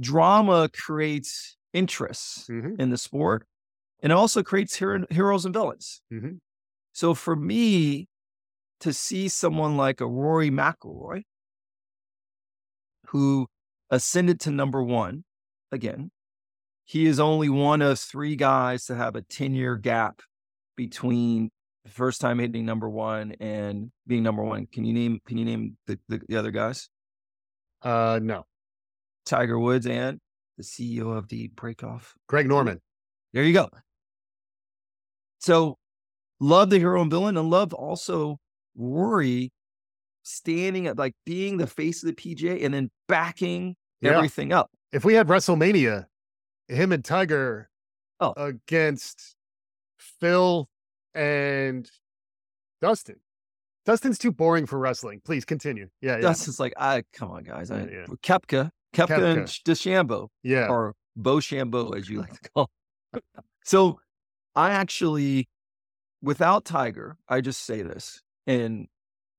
B: drama creates interest
A: Mhm.
B: in the sport and it also creates hero, heroes and villains.
A: Mhm.
B: So for me, to see someone like a Rory McIlroy, who ascended to number one again, he is only one of three guys to have a 10 year gap between the first time hitting number one and being number one. Can you name, can you name the, the, the other guys?
A: uh, no,
B: Tiger Woods and the CEO of the Breakoff.
A: Greg Norman.
B: There you go. So love the hero and villain and love also Rory standing up, like being the face of the PGA and then backing
A: Yeah.
B: everything up.
A: if we had WrestleMania, him and Tiger
B: Oh.
A: against Phil and Dustin. Dustin's too boring for wrestling. Please continue. Yeah, yeah,
B: That's just like, I come on, guys. I,
A: Yeah, yeah.
B: Kepka, Kepka, and
A: Koepka.
B: Sh- DeChambeau
A: yeah.
B: or Beauchambeau, as you like to call. it. so I actually, without Tiger, I just say this and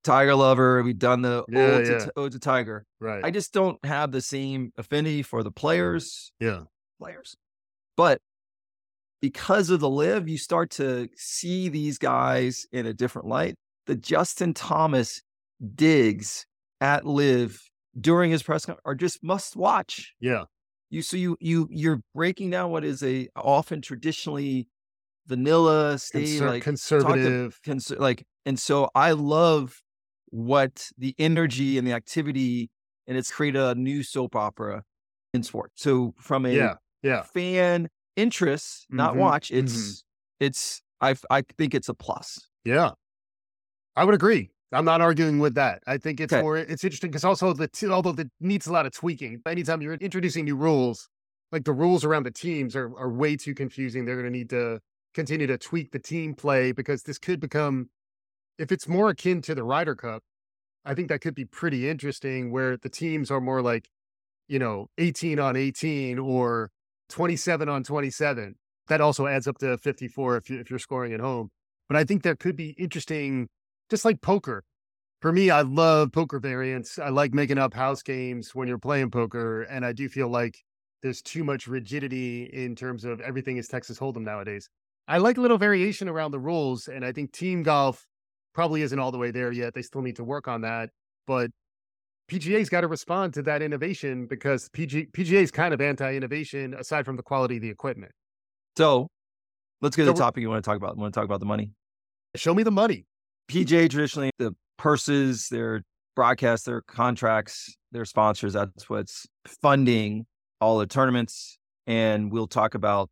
B: Tiger lover. We've done the
A: Yeah,
B: ode,
A: yeah.
B: To, ode to Tiger.
A: Right.
B: I just don't have the same affinity for the players.
A: Yeah.
B: Players. But because of the live, you start to see these guys in a different light. The Justin Thomas digs at live during his press conference are just must watch.
A: yeah.
B: You so you you you're breaking down what is a often traditionally vanilla, stay
A: Conser-
B: like
A: conservative.
B: cons- like and so i love what the energy and the activity and it's created a new soap opera in sport so from a
A: yeah, yeah.
B: fan interest not
A: Mhm,
B: watch it's it's i i think it's a plus
A: Yeah. I would agree. I'm not arguing with that. I think it's
B: Okay.
A: more it's interesting because also the t- although it needs a lot of tweaking. Anytime you're introducing new rules, like the rules around the teams are are way too confusing. They're going to need to continue to tweak the team play because this could become if it's more akin to the Ryder Cup, I think that could be pretty interesting where the teams are more like, you know, 18 on 18 or 27 on 27. That also adds up to 54 if you if you're scoring at home but I think there could be interesting, just like poker. For me, I love poker variants. I like making up house games when you're playing poker. And I do feel like there's too much rigidity in terms of everything is Texas Hold'em nowadays. I like a little variation around the rules. And I think team golf probably isn't all the way there yet. They still need to work on that. But PGA's got to respond to that innovation because PG, PGA's kind of anti innovation aside from the quality of the equipment.
B: so let's go
A: So
B: to the
A: we're-
B: topic you want to talk about want to talk about the money
A: Show me the money.
B: pj traditionally the purses their broadcasts their contracts their sponsors that's what's funding all the tournaments and we'll talk about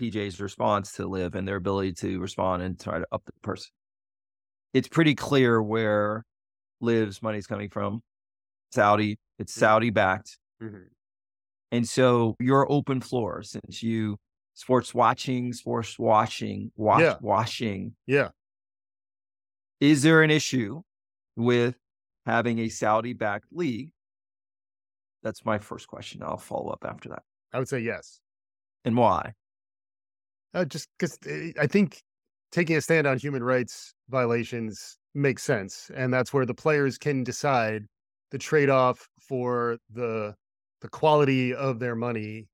B: pj's response to live and their ability to respond and try to up the purse it's pretty clear where live's money's coming from saudi it's
A: Mm-hmm.
B: saudi backed and so your open floor, since you sports watching, sports watching, watch
A: Yeah.
B: washing.
A: Yeah.
B: Is there an issue with having a Saudi backed league? That's my first question. I'll follow up after that.
A: I would say yes.
B: And why?
A: Uh, just because I think taking a stand on human rights violations makes sense, and that's where the players can decide the trade-off for the the quality of their money,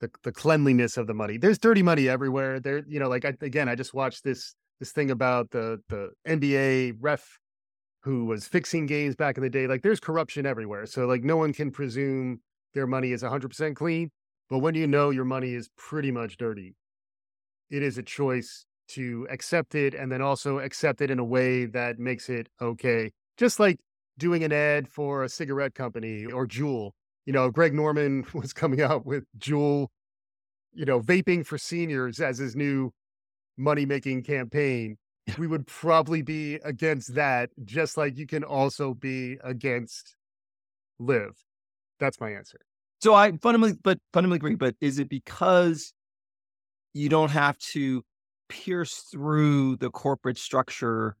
A: the the cleanliness of the money. There's dirty money everywhere. There, you know, like I, again, I just watched this this thing about the the NBA ref who was fixing games back in the day. Like, there's corruption everywhere. So, like, no one can presume their money is 100% clean. But when you know your money is pretty much dirty, it is a choice to accept it and then also accept it in a way that makes it okay. Just like doing an ad for a cigarette company or Juul. You know, Greg Norman was coming out with Juul, you know, vaping for seniors as his new money making campaign. We would probably be against that, just like you can also be against live. That's my answer.
B: So I fundamentally, but fundamentally agree. But is it because you don't have to pierce through the corporate structure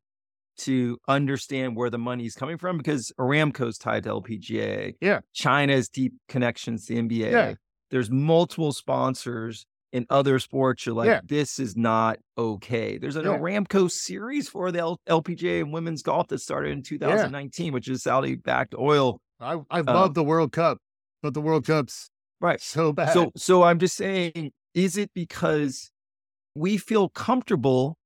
B: to understand where the money is coming from? Because Aramco's tied to LPGA.
A: Yeah.
B: China's deep connections to NBA.
A: Yeah.
B: There's multiple sponsors in other sports. You're like,
A: Yeah.
B: this is not okay. There's an
A: Yeah.
B: Aramco series for the L- LPGA and women's golf that started in 2019, which is Saudi backed oil.
A: I, I love the World Cup, but the World Cup's
B: Right.
A: so bad.
B: Eh, So, so I'm just saying, is it because we feel comfortable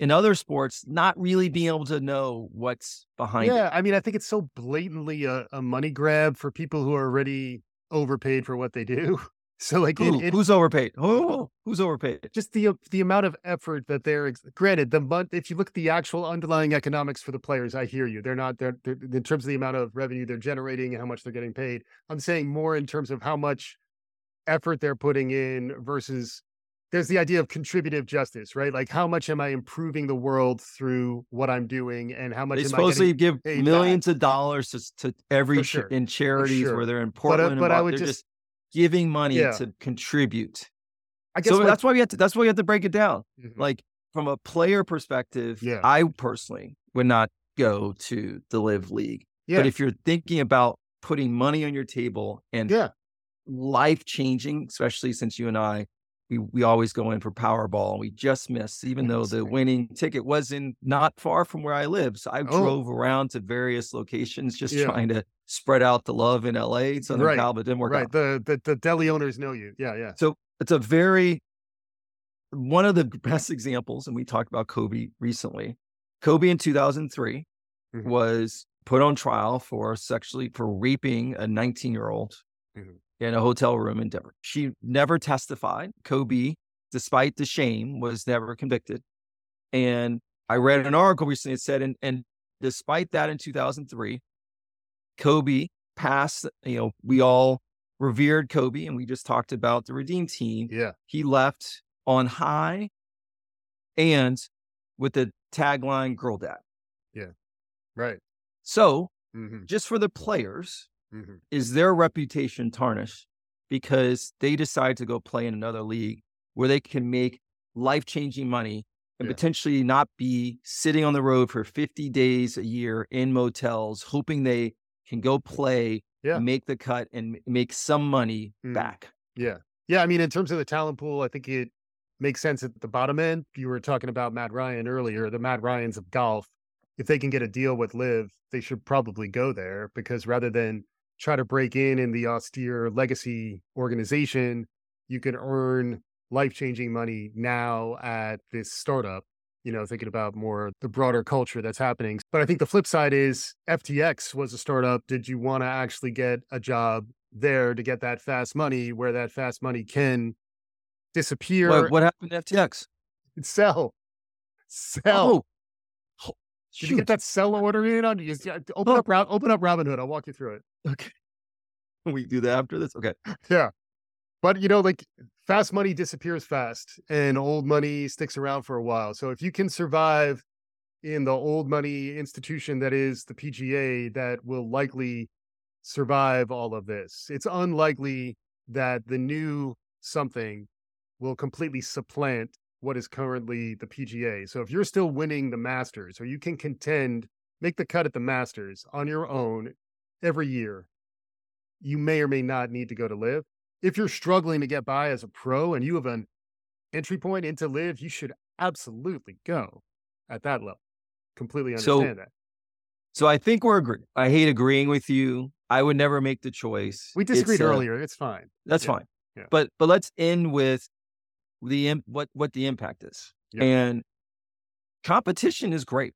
B: in other sports not really being able to know what's behind
A: yeah,
B: it?
A: I mean, I think it's so blatantly a, a money grab for people who are already overpaid for what they do. So like, it,
B: Who,
A: it,
B: who's overpaid? Who, who's overpaid?
A: just the uh, the amount of effort that they're ex- granted the month. If you look at the actual underlying economics for the players, I hear you. They're not they're, they're in terms of the amount of revenue they're generating and how much they're getting paid. I'm saying more in terms of how much effort they're putting in versus there's the idea of contributive justice, right? Like how much am I improving the world through what I'm doing, and how much
B: They
A: am I
B: supposedly
A: getting
B: give
A: paid back?
B: millions of dollars to, to every
A: For
B: ch-
A: sure.
B: in charities
A: sure.
B: where they're in
A: uh,
B: Portland. and
A: but I
B: Bo-
A: would
B: they're
A: just-
B: just, giving money
A: Yeah.
B: to contribute.
A: I guess
B: So
A: what-
B: that's why we have to. That's why we have to break it down.
A: Mhm.
B: Like from a player perspective,
A: Yeah.
B: I personally would not go to the Live League.
A: yeah.
B: But if you're thinking about putting money on your table and
A: Yeah.
B: life changing, especially since you and I, we, we always go in for Powerball. and We just missed, even though the
A: Interesting.
B: winning ticket was in not far from where I live. So I
A: Oh.
B: drove around to various locations just
A: Yeah.
B: trying to spread out the love in LA, Southern
A: Right.
B: Cal, but it didn't work out.
A: right. The, the the deli owners know you. Yeah, yeah.
B: So it's a very one of the best examples, and we talked about Kobe recently. Kobe in 2003
A: Mhm.
B: was put on trial for sexually for raping a 19 year old
A: Mhm.
B: in a hotel room in Denver. She never testified. Kobe despite the shame, was never convicted. And I read an article recently that said, and, and despite that, in 2003, Kobe passed. You know, we all revered Kobe, and we just talked about the Redeem Team.
A: Yeah.
B: He left on high, and with the tagline "Girl Dad."
A: Right.
B: So,
A: Mm-hmm.
B: just for the players,
A: Mm-hmm.
B: is their reputation tarnished because they decide to go play in another league where they can make life changing money and
A: Yeah.
B: potentially not be sitting on the road for 50 days a year in motels, hoping they can go play,
A: Yeah.
B: make the cut, and m- make some money
A: Mm.
B: back.
A: Yeah, I mean, in terms of the talent pool, I think it makes sense at the bottom end. You were talking about Matt Ryan earlier, the Matt Ryans of golf. If they can get a deal with Live, they should probably go there because rather than try to break in in the austere legacy organization, you can earn life changing money now at this startup. You know, thinking about more the broader culture that's happening. But I think the flip side is FTX was a startup. Did you want to actually get a job there to get that fast money where that fast money can disappear
B: What, what happened to FTX?
A: and sell. Sell.
B: Oh, oh,
A: Did you
B: shoot.
A: get that sell order in on you? yeah, Open
B: Oh.
A: up Rob, open up Robinhood. I'll walk you through it.
B: Okay. We do that after this? Okay.
A: But you know, like fast money disappears fast and old money sticks around for a while. So if you can survive in the old money institution that is the PGA that will likely survive all of this. It's unlikely that the new something will completely supplant what is currently the PGA. So if you're still winning the Masters or you can contend, make the cut at the Masters on your own every year, you may or may not need to go to live. If you're struggling to get by as a pro and you have an entry point into live, you should absolutely go at that level. Completely
B: So-
A: understand that.
B: So I think we're agreeing. I hate agreeing with you. I would never make the choice.
A: We
B: It's uh
A: disagreed
B: a-
A: earlier. It's fine.
B: That's
A: Yeah.
B: fine.
A: Yeah.
B: But but let's end with the im- what what the impact is.
A: Yeah.
B: And competition is great.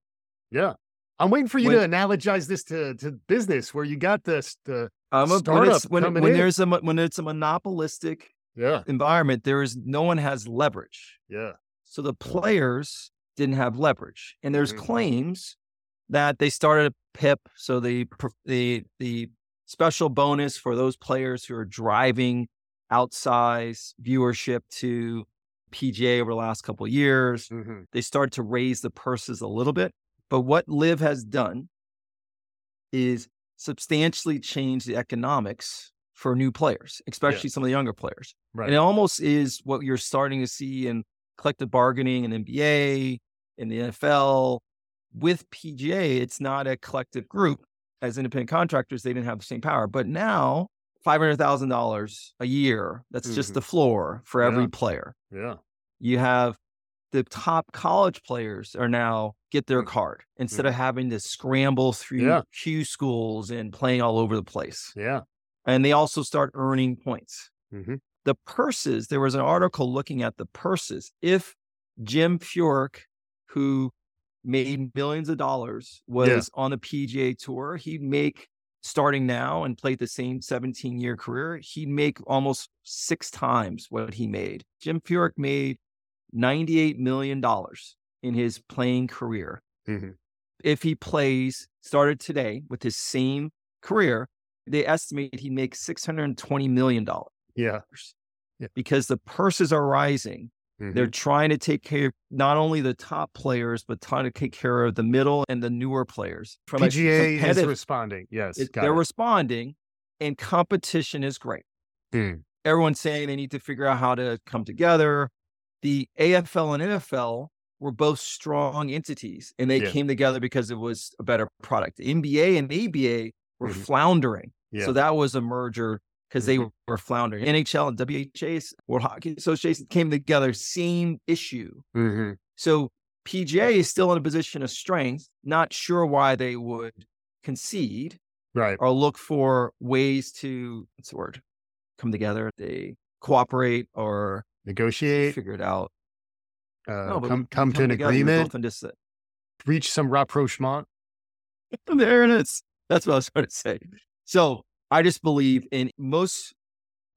A: Yeah. I'm waiting for you
B: When-
A: to analogize this to, to business where you got this uh, the
B: Um, when
A: Startup
B: it's, when,
A: coming
B: when
A: in.
B: there's a mo- when it's a monopolistic
A: yeah,
B: environment, there is no one has leverage.
A: yeah,
B: So the players didn't have leverage, and there's
A: Mhm.
B: claims that they started a PIP, so the pr- the the special bonus for those players who are driving outsized viewership to PGA over the last couple of years.
A: mhm,
B: they start to raise the purses a little bit. But what Live has done is substantially change the economics for new players, especially some of the younger players.
A: right.
B: And it almost is what you're starting to see in collective bargaining in NBA, in the NFL. With PGA, it's not a collective group. As independent contractors, they didn't have the same power. But now, $500,000 a year, that's just
A: Mhm.
B: the floor for every
A: Yeah.
B: player.
A: yeah,
B: You have the top college players are now get their
A: Mhm.
B: card instead of having to scramble through
A: Yeah.
B: Q schools and playing all over the place.
A: yeah.
B: And they also start earning points.
A: mhm,
B: The purses, there was an article looking at the purses. If Jim Furyk, who made millions of dollars, was on the PGA tour, he'd make starting now and played the same 17 year career, he'd make almost six times what he made. Jim Furyk made $98 million in his playing career.
A: mhm.
B: If he plays, started today with his same career, they estimate he'd make $620 million
A: Yeah. Yeah.
B: because the purses are rising. They're
A: mhm,
B: trying to take care of not only the top players, but trying to take care of the middle and the newer players. From a
A: PGA is
B: competitive-
A: responding. Yes.
B: it-
A: got
B: they're
A: it.
B: responding, and competition is great.
A: Mm.
B: Everyone's saying they need to figure out how to come together. The AFL and NFL were both strong entities, and they
A: Yeah.
B: came together because it was a better product. The NBA and ABA were
A: Mhm.
B: floundering,
A: yeah. Mm-hmm.
B: so that was a merger because they were floundering. NHL and WHA, World Hockey Association, came together, same issue.
A: mhm,
B: So PGA is still in a position of strength. Not sure why they would concede
A: Right.
B: or look for ways to what's the word come together. They cooperate or
A: Negotiate.
B: figure it out.
A: Uh,
B: No, but we
A: come come to
B: Come
A: an
B: together, you're
A: agreement.
B: both in this-
A: Reach some rapprochement.
B: there it is. That's what I was trying to say. So I just believe in most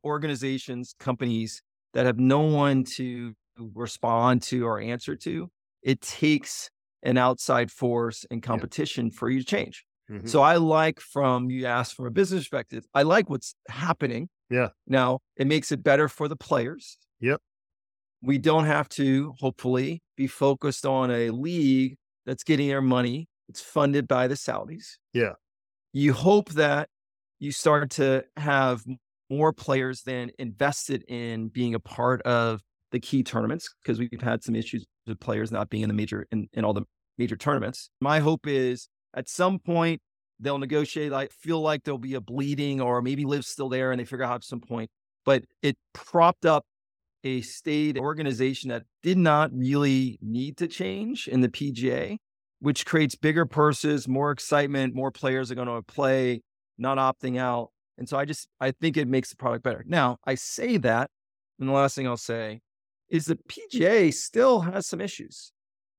B: organizations, companies that have no one to respond to or answer to. It takes an outside force and competition for you to change.
A: Mhm.
B: So I like from you asked from a business perspective, I like what's happening.
A: Yeah.
B: Now it makes it better for the players.
A: Yep.
B: We don't have to hopefully be focused on a league that's getting their money. It's funded by the Saudis.
A: Yeah.
B: You hope that you start to have more players than invested in being a part of the key tournaments because we've had some issues with players not being in the major in, in all the major tournaments. My hope is at some point they'll negotiate. I feel like there'll be a bleeding or maybe Liv's still there and they figure out at some point. But it propped up a state organization that did not really need to change in the PGA, which creates bigger purses, more excitement, more players are going to play, not opting out. And so I just I think it makes the product better. Now I say that, and the last thing I'll say is the PGA still has some issues.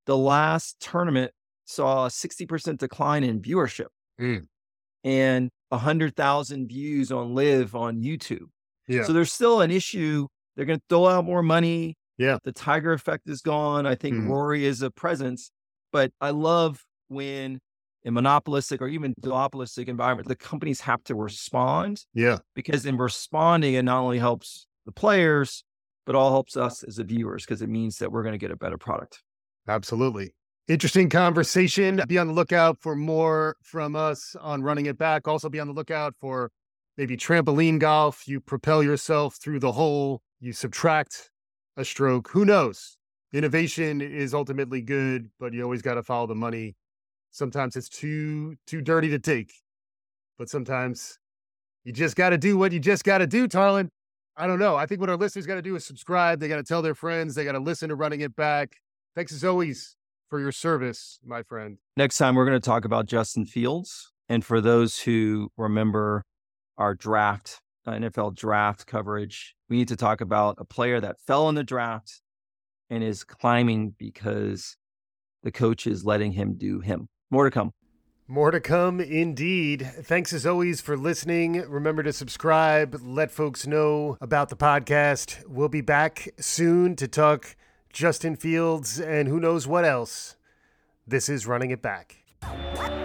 B: The last tournament saw a 60% decline in viewership
A: Mm.
B: and 100,000 views on live on YouTube.
A: Yeah.
B: So there's still an issue. They're going to throw out more money.
A: Yeah.
B: The Tiger effect is gone. I think
A: Mhm.
B: Rory is a presence, but I love when in monopolistic or even duopolistic environment, the companies have to respond
A: yeah.
B: because in responding, it not only helps the players, but all helps us as the viewers because it means that we're going to get a better product.
A: Absolutely. Interesting conversation. Be on the lookout for more from us on running it back. Also, be on the lookout for maybe trampoline golf. You propel yourself through the hole, you subtract a stroke. Who knows? Innovation is ultimately good, but you always got to follow the money. Sometimes it's too too dirty to take, but sometimes you just got to do what you just got to do, Tarlin. I don't know. I think what our listeners got to do is subscribe. They got to tell their friends. They got to listen to Running It Back. Thanks as always for your service, my friend.
B: Next time, we're going to talk about Justin Fields. And for those who remember our draft, uh, NFL draft coverage, we need to talk about a player that fell in the draft and is climbing because the coach is letting him do him. More to come.
A: More to come indeed. Thanks as always for listening. Remember to subscribe, let folks know about the podcast. We'll be back soon to talk Justin Fields and who knows what else. This is Running It Back.
C: What?